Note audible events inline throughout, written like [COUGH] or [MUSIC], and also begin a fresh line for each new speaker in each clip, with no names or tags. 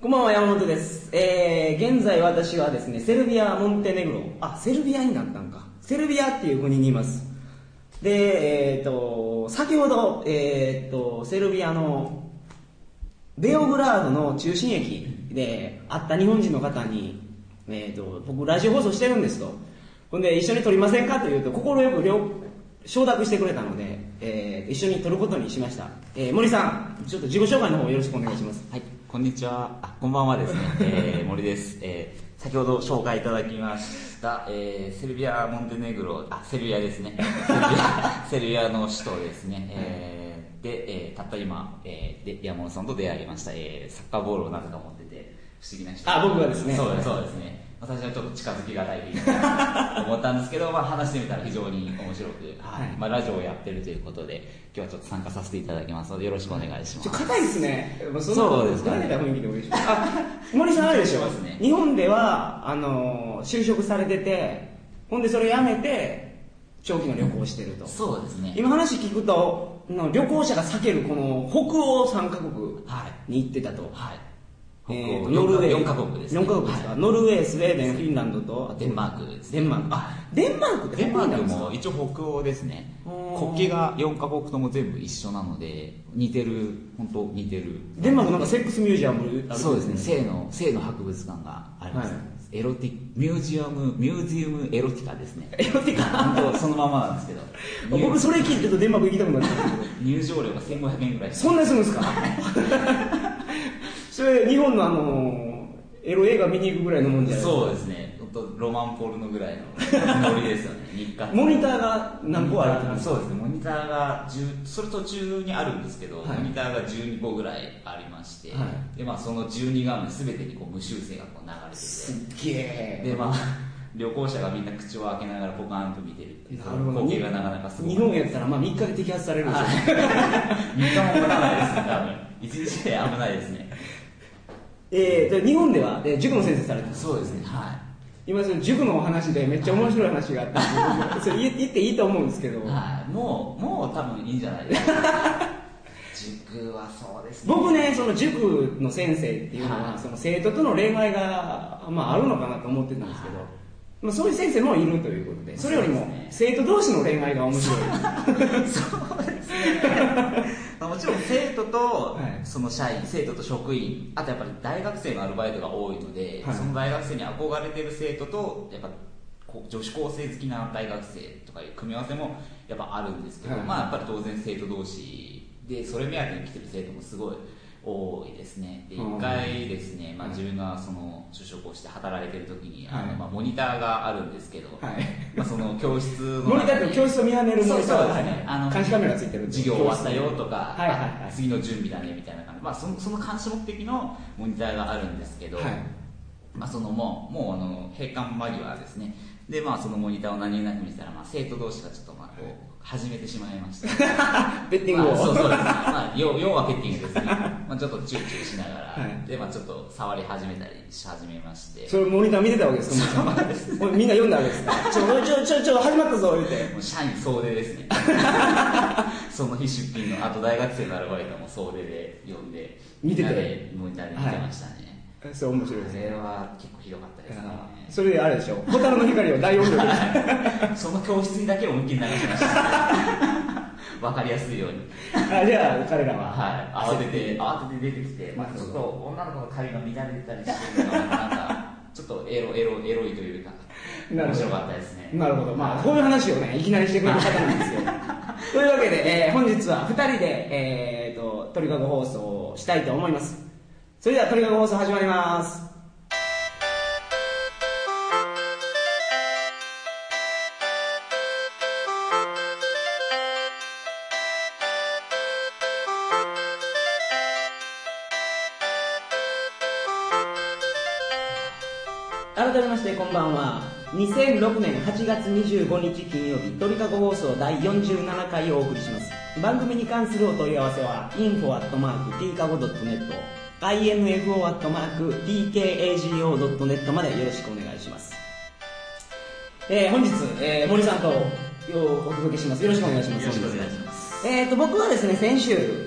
こんばんは、山本です。えー、現在私はですね、セルビア、モンテネグロ、あ、セルビアになったんか。セルビアっていう国にいます。で、えっ、と、先ほど、えっ、と、セルビアのベオグラードの中心駅で会った日本人の方に、えー、と僕ラジオ放送してるんですとほんで一緒に撮りませんかと言うと快く了承諾してくれたので、えー一緒に撮ることにしました、えー森さんちょっと自己紹介の方よろしくお願いします
はい、こんにちは。あ、こんばんはですね。えー、森です。えー、先ほど紹介いただきました、えー、セルビア、モンテネグロ、あ、セルビアですね。セルビア [LAUGHS] セルビアの首都ですね。えー、で、えー、たった今、えー、で、山本さんと出会いました。えー、サッカーボールをなぜか持ってて、不思議な人。
あ僕がですね
そうです、そうですね。私はちょっと近づきがたいと思ったんですけど、まあ話してみたら非常に面白く、はい
はい
まあラジオをやってるということで、今日はちょっと参加させていただきますので、よろしくお願いします
ちょ。硬いですねやっぱんな
そうですね
慣れた雰囲気でお願いしますあ森さんあるでしょ
そうですね
日本ではあの就職されててほんでそれを辞めて長期の旅行をしてると
そうですね。
今話聞くとの旅行者が避けるこの北欧3カ国
はい。
に行ってたと、
はい。
えーと
ノ
ノル
ルウ
ウ
ェ
ェ
ー
ー
4カ国です、
4カ国ですか、ノルウェースウェーデンフィンランドと
は
あ
い
と
デンマークです、
デンマークあデンマークって
デンマーク
北欧な
も
んです
一応北欧ですね。
うん
国旗が4カ国とも全部一緒なので、似てる、本当似てる。
かデンマークなんかセックスミュージアムある
そうですね、性の、性の博物館があります、
はい
エロティミュージアム、ミュージウムエロティカですね。
エロティカ
本当そのままなんですけど。
[LAUGHS] 僕それ聞いてるとデンマーク行きたくなるんですけど
入場料が1500円ぐらい。
そんなにするんですか
[LAUGHS]
それ日本のあのエロ映画見に行くぐらいのもんじゃないですか
そうですね、本当ロマンポルノぐら
[LAUGHS]
いのノリですよね、日活
モニターが何個あるってことですか
そうですねモニターが10それ途中にあるんですけど、
はい
モニターが12個ぐらいありまして、
は
でまあ、その12画面全てにこう無修正がこう流れて
すっげ
て
え
で、まあ、旅行者がみんな口を開けながらポカーンと見てるってい
な
う
るほど
光景がなかなかすごい
日本やったらまあ3日で摘発されるでしょうね
3日も持たないですね多分1日で危ないですね
えー、で日本では、えー塾の先生されてます
そうですねはい
今その塾のお話でめっちゃ面白い話があったんでそれ言言っていいと思うんですけど
はい、もうもう多分いいんじゃないですか塾はそうですね
僕ねその塾の先生っていうのは、
はい
その生徒との恋愛が、まあ、あるのかなと思ってたんですけど、
はい
まあ、そういう先生もいるということでそれよりも
そうですね
生徒同士の恋愛が面白い
そうですねまあもちろん生徒と
はい
その社員、生徒と職員あとやっぱり大学生のアルバイトが多いので、
はい
その大学生に憧れてる生徒とやっぱこう女子高生好きな大学生とかいう組み合わせもやっぱあるんですけど、
はい
まあやっぱり当然生徒同士でそれ目当てに来てる生徒もすごい多いですねで
うん
一回ですね、まあ、
はい
自分がその就職をして働いてる時に、
はい
あのまあ、モニターがあるんですけど、
はい
まあ、その教室の
モニター
中
っ
に
て教室を見上げるモニタ
そ
ー
うそうですねあの
監視カメラついてる
授業終わったよとか、
はいはいはい
あ次の準備だねみたいな感じ、まあ、そのその監視目的のモニターがあるんですけど、
はい
まあ、そのもうもうあの閉館間際ですねで、まあ、そのモニターを何気なく見てたら、まあ、生徒同士がちょっとまあこう始めてしまいました
[LAUGHS] ベッティングを、
まあそうそうですね、まあ、要要はペッティングですね、まあ、ちょっとチューチューしながら、
はい
でまあ、ちょっと触り始めたりし始めまして
それモニター見てたわけですか森さんこ
[LAUGHS]
れみんな読んだわけですかちょちょちょちょ始まったぞ言うて
もう社員総出ですね [LAUGHS] その日出勤のあと大学生のアルバイトも総出で呼んで
見てて
みんなでモニターで見てましたね、
それ面白いです
そ
ね
れは結構ひどかったですね
あーそれであれでしょ蛍の光を大
[LAUGHS]
音量で
その教室にだけ思いっきり流しました [LAUGHS] わかりやすいように
あじゃあ彼らは、
はい、慌てて慌てて出てきて、ま
な
あ、
る
ち
ほ
ょ
ど
っと女の子の髪が乱れてたりしてるのがなんかちょっとエロエロエロいというか
なるほど
面白かったですね
なるほどまあこういう話をねいきなりしてくれる方なん
[LAUGHS]
ですよというわけで、えー本日は2人で、えー、と鳥かご放送をしたいと思いますそれでは鳥かご放送始まります改めましてこんばんは2006年8月25日金曜日鳥かご放送第47回をお送りします番組に関するお問い合わせは info.tkago.net info.tkago.net までよろしくお願いします、えー本日、えー森さんとお届けしますよろしくお願いします
よろしくお願いします
えー、と僕はですね先週、え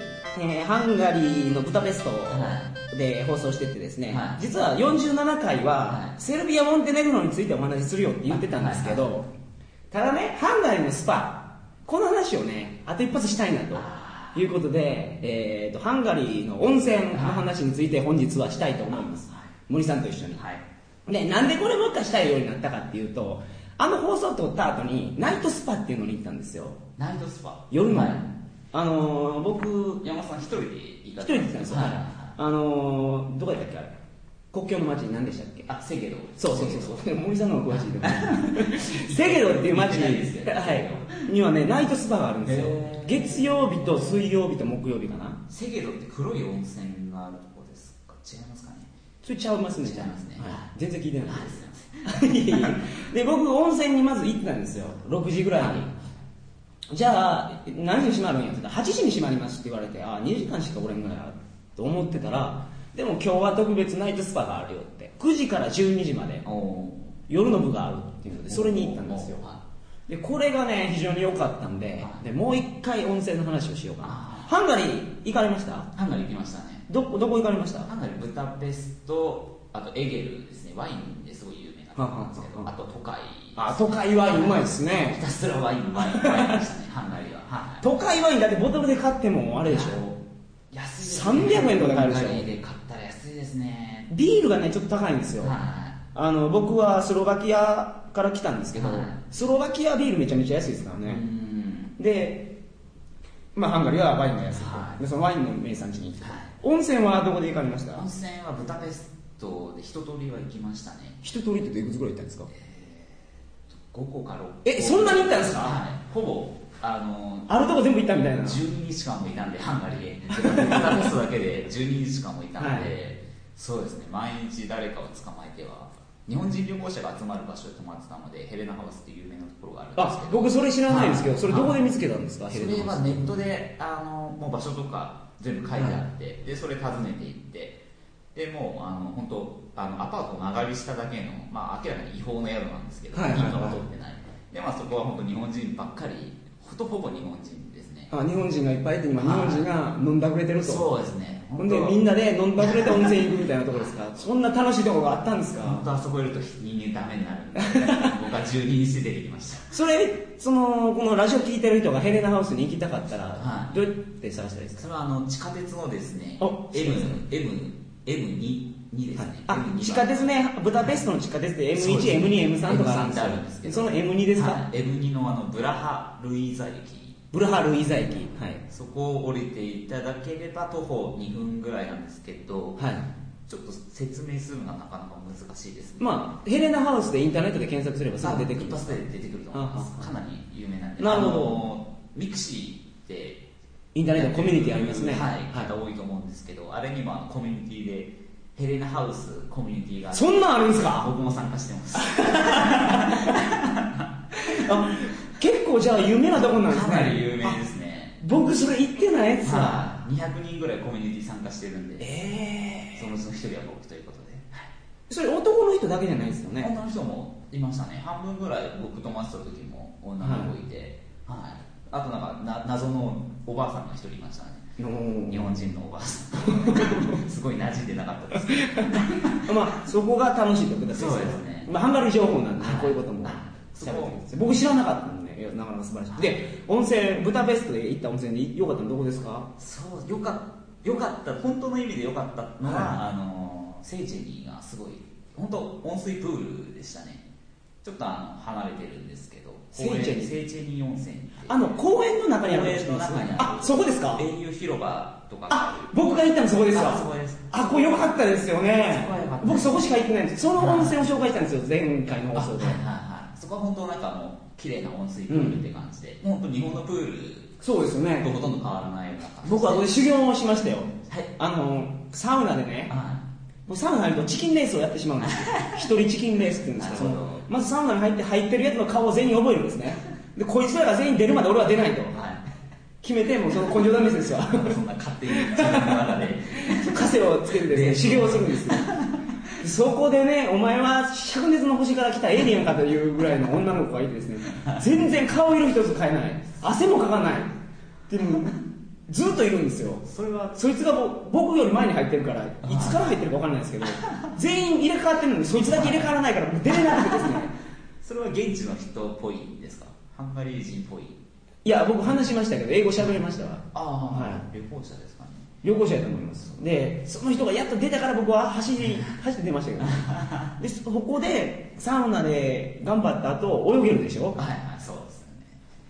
ーハンガリーのブダペスト
は
で放送しててですね、
はい
実は47回は
はい
セルビア・モンテネグロについてお話しするよって言ってたんですけど、
はい
ただねハンガリーのスパこの話をねあと一発したいなということで、えー、とハンガリーの温泉の話について本日はしたいと思います、
はい
森さんと一緒に、
はい
でなんでこれもう一回したいようになったかっていうとあの放送を撮った後にナイトスパっていうのに行ったんですよ
ナイトスパ
夜の、
はい
あのー僕
山本さん一人で行
一
かれ
人で行ったんですよ、
はい
あのーどこやったっけあれ国境の町に何でしたっけ
あセゲド
そうそうそう
う
そう森さんの方が詳しいと思う [LAUGHS] セゲドっていう町
行ってないですけど
はい、にはねナイトスパがあるんですよ
へー
月曜日と水曜日と木曜日かな
セゲドって黒い温泉があるとこですか違いますかね
それちゃいますね
違いますね
はい、全然聞いてない
あすいませ
い
ん
やいや [LAUGHS] で僕温泉にまず行ってたんですよ6時ぐらいに、じゃあ何時に閉まるんやって言ったら8時に閉まりますって言われてあ2時間しかおれんのやと思ってたらでも今日は特別ナイトスパがあるよって9時から12時まで
おお
夜の部があるっていうのでそれに行ったんですよ
は
でこれがね非常に良かったんででもう一回温泉の話をしようかな
あ
ハンガリー行かれました
いハンガリー行きましたね
どこどこ行かれました
ハンガリーブダペストあとエゲルですねワインですごい有名なとこなんですけ
は
ど
は
あ
は
と都会
あ都会ワインうまいです
ひ
ね
たすらワインワインワインでしたねハンガリーははい
都会ワインだってボトルで買ってもあれでしょ
ょ安いです
300円とかで買えるでしょ
ハンガリーで買ったら安いですね
ビールがねちょっと高いんですよ、
は
あの僕はスロバキアから来たんですけど、
はい
スロバキアビールめちゃめちゃ安いですから
い、
ね、
ん
で、まあ、ハンガリーはワインが安いと、
はい
でそのワインの名産地に行って、
はい
温泉はどこで行かれました
温泉はブダペストで一通りは行きましたね
一通りっていくつぐらい行ったんですか
5個か6個
えそんなに行ったんですか
はいほぼあの
あるとこ全部行ったみたいな
12日間もいたんでハンガリーで
[LAUGHS]
ブダペストだけで12日間もいたんで、
はい
そうですね毎日誰かを捕まえては日本人旅行者が集まる場所で泊まってたのでヘレナハウスっていう有名なところがあるんです
あ
けど
僕それ知らないんですけど、
はい
それどこで見つけたんですか、
そ
ヘレ
れ
ナ
は
ハウ
ネットであのもう場所とか全部書いてあって、でそれ訪ねて行ってでもうあの本当あのアパートを間借りしただけの、まあ、明らかに違法の宿なんですけど
はいはいはい
許可は取ってないで、まあ、そこは本当日本人ばっかりほとほぼ日本人ですね
スあ日本人がいっぱいいて今日本人が飲んだくれてると、
そうですね
ほんでみんなで飲んだくれて温泉行くみたいなとこですかそんな楽しいとこがあったんですか
本当あそこいると人間ダメになるんで [LAUGHS] 僕は12日で出てき
[LAUGHS]
ました
それそのこのラジオ聞いてる人がヘレナハウスに行きたかったら、
はい
どうやって探したらいいですか
それはあの地下鉄のですね
お
M M M2 2ですね、
あ
M2 番
地下鉄ねブダペストの地下鉄で
そうです
M1M2M3 とか
って
あ
あ
る
る
ん
ん
で
ですす
け
け
ど
ど
その M2 ですか、
はい M2 のあのブラハ・ルイザ駅
ブルハルイザ駅はい、
そこを降りていただければ徒歩2分ぐらいなんですけど、
はい、
ちょっと説明するのがなかなか難しいですね
まあヘレナハウスでインターネットで検索すればすぐ出てくるん
一
です
発で出てくると思いま
あああ
すかなり有名なんで
なるほど
あのミクシーって
インターネットコミュニティありますね
はい、
はい
方多いと思うんですけどあれにもあのコミュニティでヘレナハウスコミュニティがある
そんなんあるんですか
僕も参加してます
あ結構じゃあ有名なとこなんです
か
ね
なり有名で
あ
すね
僕それ行ってないやつだ
はい200人ぐらいコミュニティ参加してるんで
ええ
そのうちの一人は僕ということで
それ男の人だけじゃないですよね
女の人もいましたね半分ぐらい僕と待ってた時も女の子いて、はいあとなんかな謎のおばあさんが一人いましたね
の
日本人のおばあさん [LAUGHS] すごい馴染んでなかったですけど
まあ、そこが楽しいとこだ
そうですね
まあ、ハンガリー情報なんで、ね
はい、
こういうことも
そう
喋ってるんですよ僕知らなかったんで、いやなかなか素晴らしい。で、温泉、ブダペストで行った温泉で良かったのどこですか
そうよかよかった本当の意味でよかったのは、
は
あのセイジェニーがすごい本当温水プールでしたねちょっとあの離れてるんですけど
セイジェニー
セイジェニー温泉って
あの、公園の中にある
公園の中にある
あ、そこですか
英雄広場とかが
あ、僕が行ったのそこです
あそ
わ
こです。
あ、これ良かったですよね
そこは良かっ。た
僕そこしか行ってないんです。その温泉を紹介したんですよ、前回の
あ
放送で
はい。はいはいそこは本当なんかもう綺麗な温水プールって感じで、もう本当日本のプール
そうですよ
と
ね。
ほとんど変わらないような感じで
僕はこれ修行をしましたよ。
はい
あの、サウナでね、
は
僕サウナ入るとチキンレースをやってしまうん
[LAUGHS]
ですよ一人チキンレースって言うんですけど
なるほど
まずサウナに入って入ってるやつの顔を全員覚えるんですねでこいつらが全員出るまで俺は出ないと
いは
決めてもうその根性試しですよ [LAUGHS]
いそんな勝手に自分の中で
枷をつけてですね
で
修行するん
[LAUGHS]
ですよそこでね、お前は灼熱の星から来たエイリアンかというぐらいの女の子がいてですね、全然顔色一つ変えない、汗もかかない、でもずっといるんですよ
それは
そいつがぼ僕より前に入ってるからいつから入ってるか分かんないですけど全員入れ替わってるのにそいつだけ入れ替わらないからもう出れなくてですね
それは現地の人っぽいんですかハンガリー人っぽい
いや僕話しましたけど英語喋れましたわ
ああ
はい
旅行者ですかね
旅行者やと思いますでその人がやっと出たから僕は走り走って出ましたけどでそこでサウナで頑張った後泳げるでしょ
はいはいそうですよ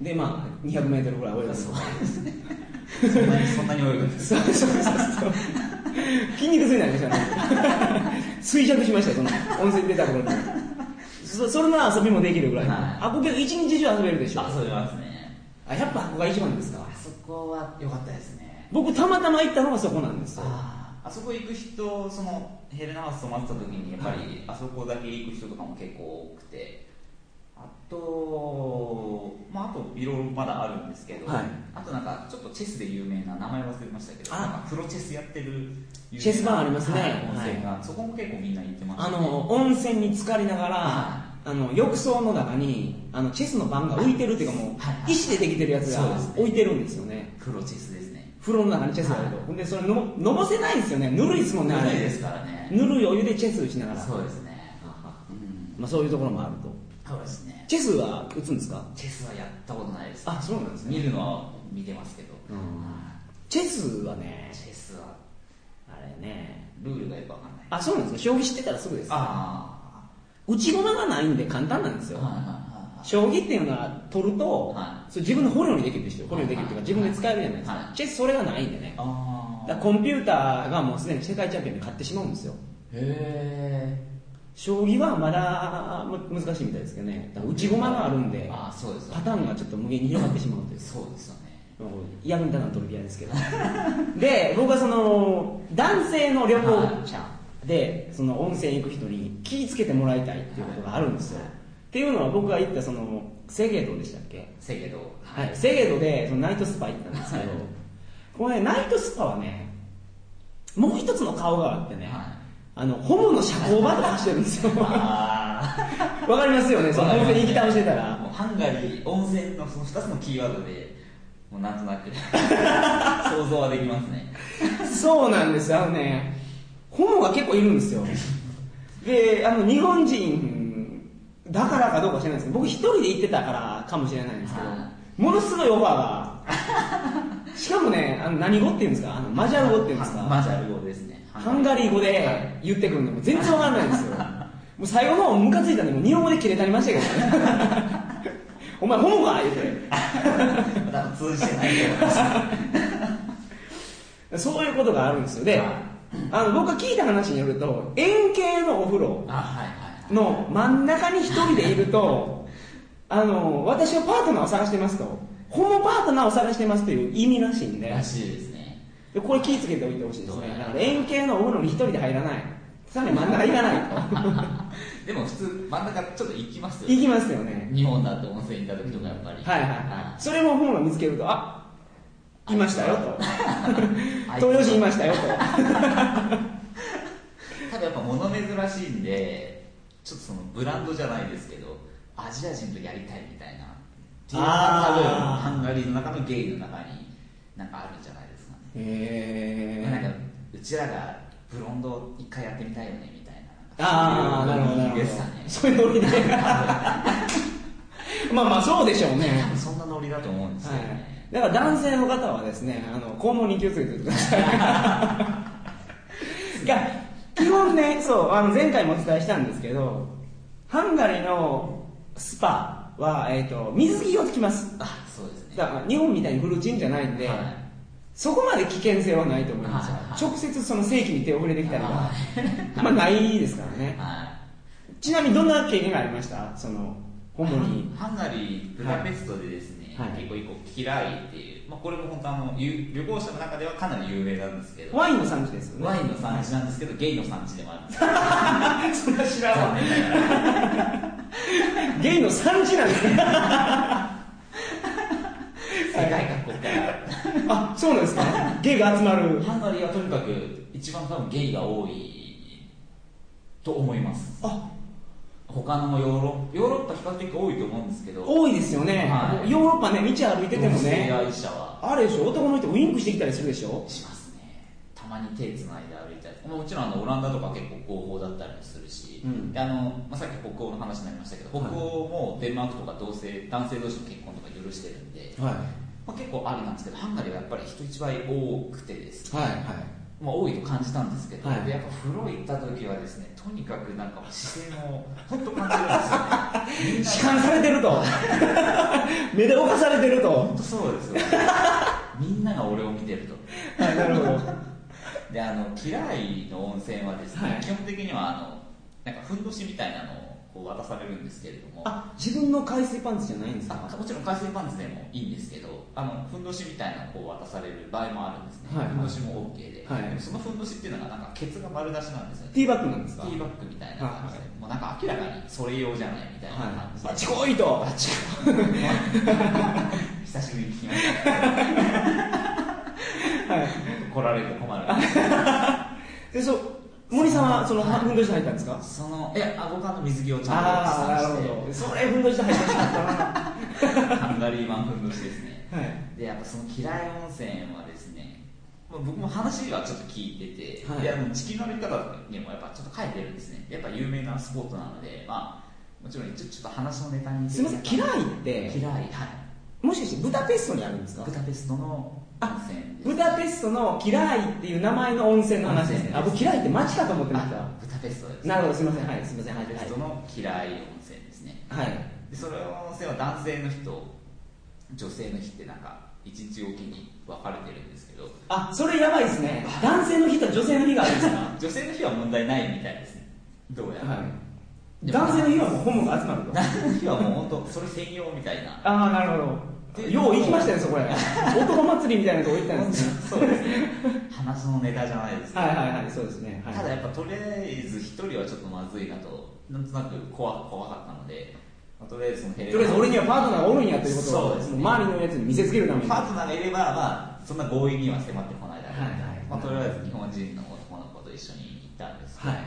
ね
でまあ 200m ぐらい泳ぐんですよ
そんなにそんなに泳ぐんです
[LAUGHS] そうそうそうそう筋肉痛になりましたね衰弱しましたその温泉出た頃にそそれの遊びもできるぐらい、
はい
あこけ一日中遊べるでしょ
あそうますね
あやっぱここが一番ですか
あそこは良かったですね
僕たまたま行ったのがそこなんですよ
あああそこ行く人そのヘレナハウス泊まってた時にやっぱりあそこだけ行く人とかも結構多くてあとまああといろいろまだあるんですけど、
はい
あとなんかちょっとチェスで有名な名前忘れましたけど
あ
なんかプロチェスやってる有名な
チェスバーありますね
はい温泉が、そこも結構みんな行ってまし
あ
たね
の温泉に浸かりながら、
は
あの浴槽の中にあのチェスの盤が浮いてるっていうかもう、
はいはい
石でできてるやつが
そうですね
置いてるんですよね
プロチェスですね
風呂の中にチェスがあると、ほんでそれののぼせないんですよねぬるいですもんねあれ
ないですからね
ぬるいお湯でチェス打ちながら
そうですね
はは
うん
まあ、そういうところもあると
そうですね
チェスは打つんですか
チェスはやったことないです
あそうなんですね
見るのは見てますけど、
うん
はい
チェスはね
チェスは
あれね
ルールがよくわかんない
あそうなんですね将棋知ってたらすぐです
あ
打ち駒がないんで簡単なんです
あ
よ、
はいはいはいはい
将棋っていうのは取ると、
はい
それ自分の捕虜にできるでしょ捕虜にできるっていうか
はい
自分で使えるじゃないですか、
はい
チェスそれがないんでね
あ
だから
あ
コンピューターがもうすでに世界チャンピオンに勝ってしまうんですよ
へえ
将棋はまだむ難しいみたいですけどねだから打ち駒があるんで
ああそうですよ
パターンがちょっと無限に広がってしまうという
そうですよね
もう役に立たんトリビアですけど [LAUGHS] で僕はその男性の旅行者でその温泉行く人に気ぃつけてもらいたいっていうことがあるんですよ、
はい
っていうのは僕が行ったそのセゲドでしたっけ
せけど
はいセゲドでそのナイトスパ行ったんですけど
はい
このねナイトスパはねもう一つの顔があってね、
はい
あのホモの社交場とかしてるんですよわ
ああ
[LAUGHS] かりますよねその温泉行き倒してたら
もうハンガリー温泉のその2つのキーワードでもうなんとなく想像はできますね
そうなんですよ、あのね、ホモが結構いるんですよ。で、あの、日本人だからかどうか知らないですけど、僕一人で行ってたからかもしれないんですけど
は、
ものすごいオファーが、しかもね、あの何語っていうんですか、あのマジャル語っていうんです
マ
か、
ジャル語ですね
ハンガリー語で言ってくるんで、もう全然わかんないんですよ。もう最後の方ムカついたんで、もう日本語で切れたりましたけどね。お前ホモか言う
まだ通じてないと思い
[LAUGHS]
ます
て。そういうことがあるんですよ。で
はい、
あの僕が聞いた話によると、円形のお風呂、
あはいはい
の真ん中に一人でいると、あの、私はパートナーを探してますと、ホモパートナーを探してますという意味らしいんで、
らしいですね
でこれ気をつけておいてほしいですね。だから円形のお風呂に一人で入らない。さらに真ん中行かない
でも普通真ん中ちょっと行きます
と。
よ
行きますよね。
日本だって温泉行った時とかやっぱり
はいはいはい。それもホモが見つけると、あ、いましたよと。
あいつ
東洋人いましたよ
ただやっぱ物珍しいんでちょっとそのブランドじゃないですけどアジア人とやりたいみたいなっていうのが
あー
多分ハンガリーの中のゲイの中になんかあるんじゃないですかね、
と。へ
なんかうちらがブロンド一回やってみたいよねみたいな
ああ、なるほど、なるほど
ですかね。
そういうノリで。 [LAUGHS] まあまあ、そうでしょうね
多。分そんなノリだと思うんですよ
は
ね、
い、だから男性の方はですねあの肛門に気をつけてくだ
[LAUGHS]
さいいや基本ねそうあの前回もお伝えしたんですけどハンガリーのスパは、えー、と水着を着きます
あそうですね
だから日本みたいにフルチンじゃないんで、
はい
そこまで危険性はないと思いますよ、
はいはい
直接その性器に手を触れてきたりは
は、
[LAUGHS] まあないですからね
はい
ちなみにどんな経験がありましたその主
[LAUGHS]
に
ハンガリーブダペストでですね、
はい
結構一個嫌いっていう、まあ、これも本当あのゆ旅行者の中ではかなり有名なんですけど
ワインの産地ですよね
ワインの産地なんですけど、ゲイの産地でもあるんです
[LAUGHS] そんな知らんわ
残念ながら
ゲイの産地なんです
[LAUGHS]
ね
世界各国から
あそうなんですかゲイが集まる
ハンガリーはとにかく一番多分ゲイが多いと思います
あ
他のヨーロッパ、ヨーロッパ比較的多いと思うんですけど、
多いですよね、
はい
ヨーロッパね道歩いてても
性
ね
愛者は
あれでしょ男の人ウインクしてきたりするでしょ
しますね。たまに手つないで歩いたり、もちろんあのオランダとか結構合法だったりもするし、
うん
であのまあ、さっき北欧の話になりましたけど、北欧もデンマークとか同性、男性同士の結婚とか許してるんで、
は
まあ、結構ありなんですけど、ハンガリーはやっぱり人一倍多くてですね、
いはい
まあ、多いと感じたんですけど、
はい
でやっぱ風呂行った時はですね、とにかくなんか視線を本当感じるんですよね。みん
[LAUGHS] 弛緩
な
されてると目で犯されてると
本当そうですよみんなが俺を見てると
はいなるほど
であの嫌いの温泉はですね、
はい
基本的にはあのなんかふんどしみたいなのをこう渡されるんですけれどもあ
あ自分の海水パンツじゃないんですか
もちろん海水パンツでもいいんですけどあのふんどしみたいなのをこう渡される場合もあるんですね、
はいはい
ふんどしも OK で、
はい
でもそのふんどしっていうのがなんかケツが丸出しなんですよね
ティーバッグなんです
テ
か
ィーバッグみたいな感じで、
はい
もうなんか明らかにそれ用じゃないみたいな感じで、
はい、バチコイと
あ違
[LAUGHS]
う久しぶりに聞きました、 [LAUGHS] 来られると困る
でそう森さんはそのはふんどしで入ったんですか
そのいやあ僕はあの水着をち
あ
ゃん
あ
と
な
持
る
参
ほどそれふんどしで入ってしまったな
してハンガリーマンふんどしですね
[LAUGHS] はい
でやっぱその嫌い温泉はですねまあ僕も話はちょっと聞いてて、
はい
であの地球の歩き方にもやっぱちょっと書いてるんですねやっぱ有名なスポットなのでまあもちろん一応ちょっと話のネタに
すみません嫌いっ
嫌
て
いはい
もしかしてブダペストにあるんですか
ブダペストの温泉です
ブダペストの嫌いっていう名前の温泉の話ですね
温泉
あ僕嫌いって街かと思ってまし
あ
た
ブダペストです
なるほどすみませんはいすみません
ブ
は
ダ
い
ペストの嫌い温泉ですね
はい
でその温泉は男性の日と女性の日ってなんか一日おきに分かれてるんです
[LAUGHS]
けど
あそれやばいですね男性の日と女性の日があるんですか
女性の日は問題ないみたいですねどうやら、
はい男性の日はもうホモが集まると
男性の日はもう本当それ専用みたいな
ああなるほ
で
よう行きましたよそこへ男祭りみたいなとこ行ったんですね
そうですね [LAUGHS] 話のネタじゃないですね
はいはいはいそうですねはい
ただやっぱとりあえず一人はちょっとまずいなとなんとなく怖怖かったので、まあとりあえずそのヘレ
とりあえず俺にはパートナーがおるんやということを
そうですね
もう周りのやつに見せつけるために
パートナーがいれば、まあ、そんな強引には迫ってこないだろうみたいな
はいはい
まあ、とりあえず日本人の男の子と一緒に行ったんですけど、
はい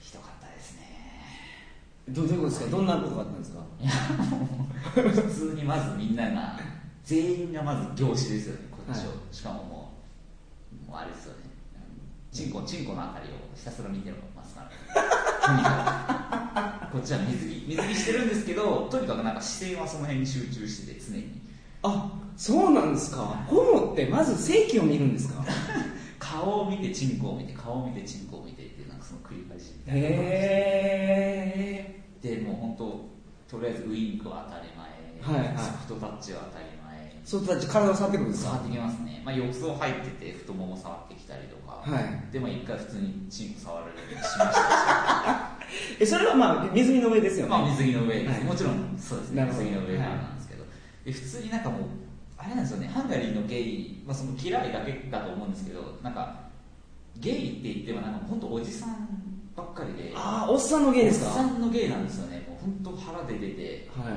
ひどかったですね
どうどういうことですかどんなことがあったんですか
いやもう
[LAUGHS]
普通にまずみんなが全員がまず業種ですよねこっちを、
は
しかももうもうあれですよねチンコチンコのあたりをひたすら見てま
[LAUGHS]
すからとにかくこっちは水着水着してるんですけどとにかくなんか視線はその辺に集中してて常に
あそうなんですかホモってまず性器を見るんですか
顔を見てチンコを見て顔を見てチンコを見てっていうなんかその繰り返しみたいな
へ
でもう本当とりあえずウインクは当たり前、
はいはい
ソフトタッチは当たり前
えそういう人たち体を触ってくるんです
触
か
ってきますね、まあ、浴槽入ってて太もも触ってきたりとか、
はい
でも一回普通にチンコ触られるようにしまし
[LAUGHS] えそれはまあ水着の上ですよ
た
ね、
まあ水着の上です、
はい
もちろんそうですね
なるほど
水着の上からなんですけど、で普通になんかもうあれなんですよねハンガリーのゲイ、まあ、その嫌いだけだと思うんですけどなんかゲイって言ってもなんか本当おじさんばっかりで
ああおっさんの芸ですか
おっさんの芸なんですよねもう本当腹出てて
はい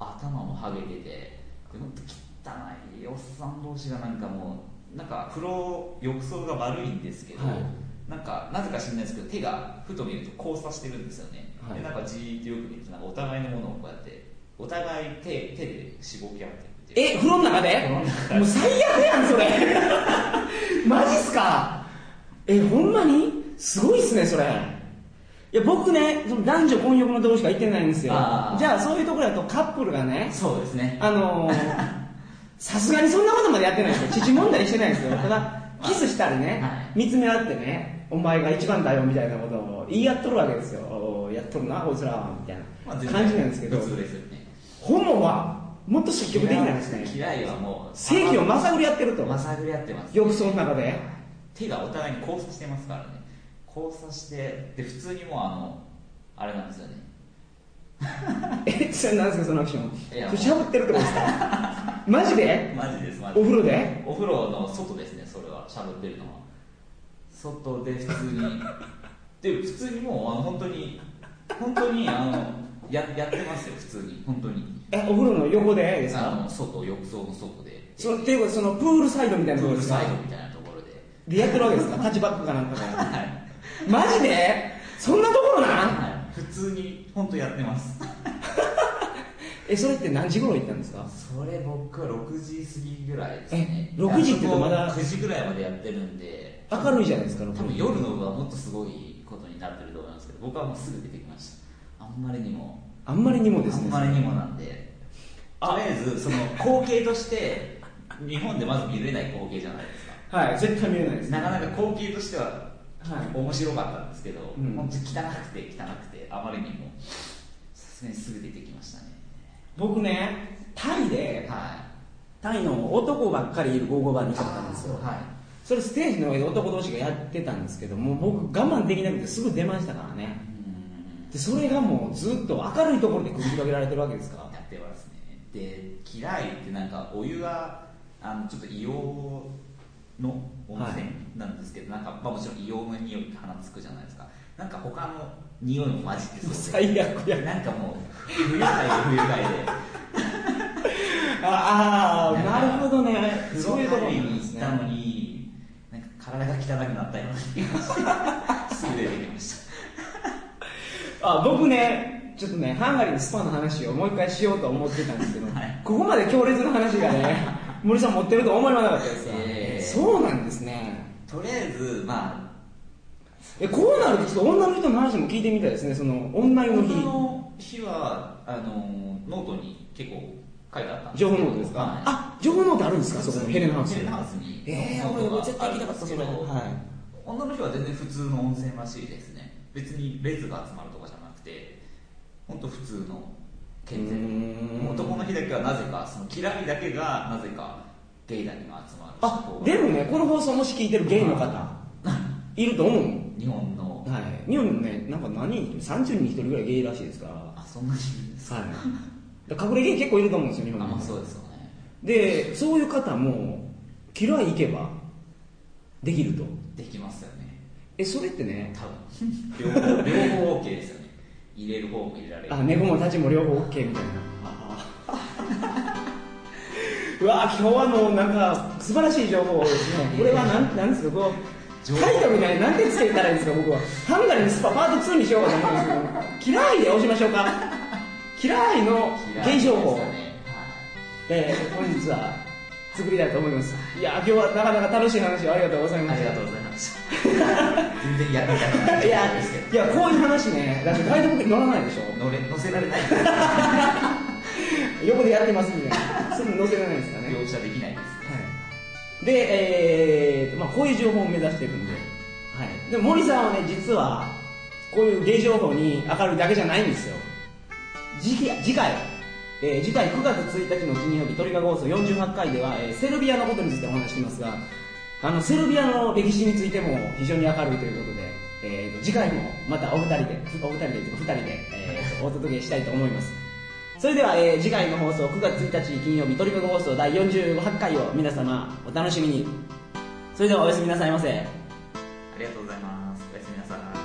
頭もハゲててでほんと汚いおっさん同士がなんかもうなんか風呂浴槽が悪いんですけど、
はい
なんかなぜか知らないですけど手がふと見ると交差してるんですよね、
はい
でなんかじーっとよく見るとなんかお互いのものをこうやってお互い手手でしごき合ってる
え風呂の中で
風呂の中で
もう最悪やんそれ
[LAUGHS]
マジっすかえほんまにすごいっすねそれいや僕ねその男女混浴のとこしか行ってないんですよ
あー
じゃあそういうところだとカップルがね
そうですね
あの
[LAUGHS]
ーさすがにそんなことまでやってないですよ父問題してないですよた
[LAUGHS]
だキスしたりね、
はい
見つめ合ってねお前が一番だよみたいなことを言い合っとるわけですよおーやっとるなこいつらはみたい
ま
な
あ全然
感じなんですけど、
普通ですよね
ホモはもっと積極的なんですね
嫌いはもう
正義をまさぐりやってると
まさぐり合ってます
浴槽の中で
手がお互いに交差してますからね交差してで普通にもうあのあれなんですよね
えそれなんですかそのアクシ
いや
ョンしゃぶってるってことですかマジで
マジですマジ
お
です
風呂で
お風呂の外ですねそれはしゃぶってるのは外で普通にで普通にもうあの本当に本当にあのややってますよ普通に本当に
えお風呂の横でです
あ
か
の外浴槽の外で
そのっていうことはそのプールサイドみたい
プ
なとこ
ー
ろで
ル
すか
サイドみたいなところで
でやってるわけですかタッチバックかなんかで
はい
マジでそんなところなん
はい普普通に本当やってます
えそれって何時頃行ったんですか
それ僕は6時過ぎぐらいですね
え6時って言うとまだ
あそこ9時ぐらいまでやってるんで
明るいじゃないですか
多
6
分
時
夜の部はもっとすごいことになってると思いますけど僕はもうすぐ出てきましたあんまりにも
あんまりにもですね
あんまりにもなんでとりあえずその光景として日本でまず見れない光景じゃないですか
はい絶対見れないですね
なかなか光景としては
はい
面白かったんですけど、
うん
本当に汚くて汚くてあまりにもさすがにすぐ出てきましたね
僕ねタイで
は
タイの男ばっかりいる午後バーに
い
行っちゃったんですよ
はい
それステージの上で男同士がやってたんですけどもう僕我慢できなくてすぐ出ましたから
う
ね
ん
でそれがもうずっと明るいところで繰り広げられてるわけですから
やってますねで嫌いってなんかお湯はあのちょっと硫黄の温泉なんですけど、なんか、まあ、もちろん硫黄の匂いって鼻つくじゃないですかなんか他の匂いも混じって
もう
そうで
最悪や
なんかもう不愉快で不愉快で
ああなるほどね
風
そうい
呂
うところ
入り
なんで
に行
す
っ
ね
たのに、なんか体が汚くなったような気がして、すぐ出てきまし
あ僕ねちょっとねハンガリーのスパの話をもう一回しようと思ってたんですけど、
はい
ここまで強烈な話が [LAUGHS] ね森さん持ってると思いまなかったです、
ええ
そうなんですね
た。とりあえず、ま
えこうなるとちょっと女の人の話も聞いてみたいですねその女
あ、
湯の日
僕の日は、あの、ノートに結構書いてあったん
情報ノートですか、
はい
あ情報ノートあるんですかそこのヘレナハウス
ヘレナハウスに。
ええ
ノート
俺
が
絶対行きたかった
あ
そ
るん
れ
ですけど
は
女の日は全然普通の温泉らしいですね。別にレズが集まるとかじゃなくて、本当普通の健
うー
全
ん
男の日だけはなぜか、その嫌いだけがなぜかゲイだけが集まる。
あでもねこの放送もし聞いてるゲイの方いると思う
日本の
はい日本にもねなんか何人いる30人に1人ぐらいゲイらしいですから
あそんなにいるんです
[LAUGHS]
か
はい、だから隠れ芸結構いると思うんですよ、日
あ
本に
ま
も
あそうですよね
で、そういう方も、嫌い行けばできると、
できますよね
えそれってね、
多分両方両方 OK ですよね入れる方も入れられる
あ猫もたちも両方 OK みたいな、うわー、今日はもうなんか、素晴らしい情報ですね、これはなんなんですか、こ
情
う
報
タイトルみたいな、なんてつけたらいいんですか、僕は、ハンガリーのスパパート2にしようかと思うんですけど、嫌いで押しましょうか、嫌いの
嫌い
芸
です
情
よ
報。
ねは
えー本日は作りたいと思いますいやー今日はなかなか楽しい話をありがとうござい
い
ま
あ
し
り
た
がとうございました全然役に立たない
いや
ですけど
いやこういう話ねだってガイドブックに載らないでしょ
乗れ乗せられ [LAUGHS] ない
横でやってますみたいなそれ載せられないですかね
描写できない
は
です
いで、えーまあ、こういう情報を目指してるんで、はい、でも森さんはね実はこういう芸情報に明るいだけじゃないんですよ次回次回、えー次回9月1日の金曜日トリガー放送48回では、えーセルビアのことについてお話ししますがあのセルビアの歴史についても非常に明るいということで、えーと次回もまたお二人でお二人でというか二人で、えーとお届けしたいと思いますそれでは、えー次回の放送9月1日金曜日トリガー放送第48回を皆様お楽しみにそれではおやすみなさいませ
ありがとうございますおやすみなさい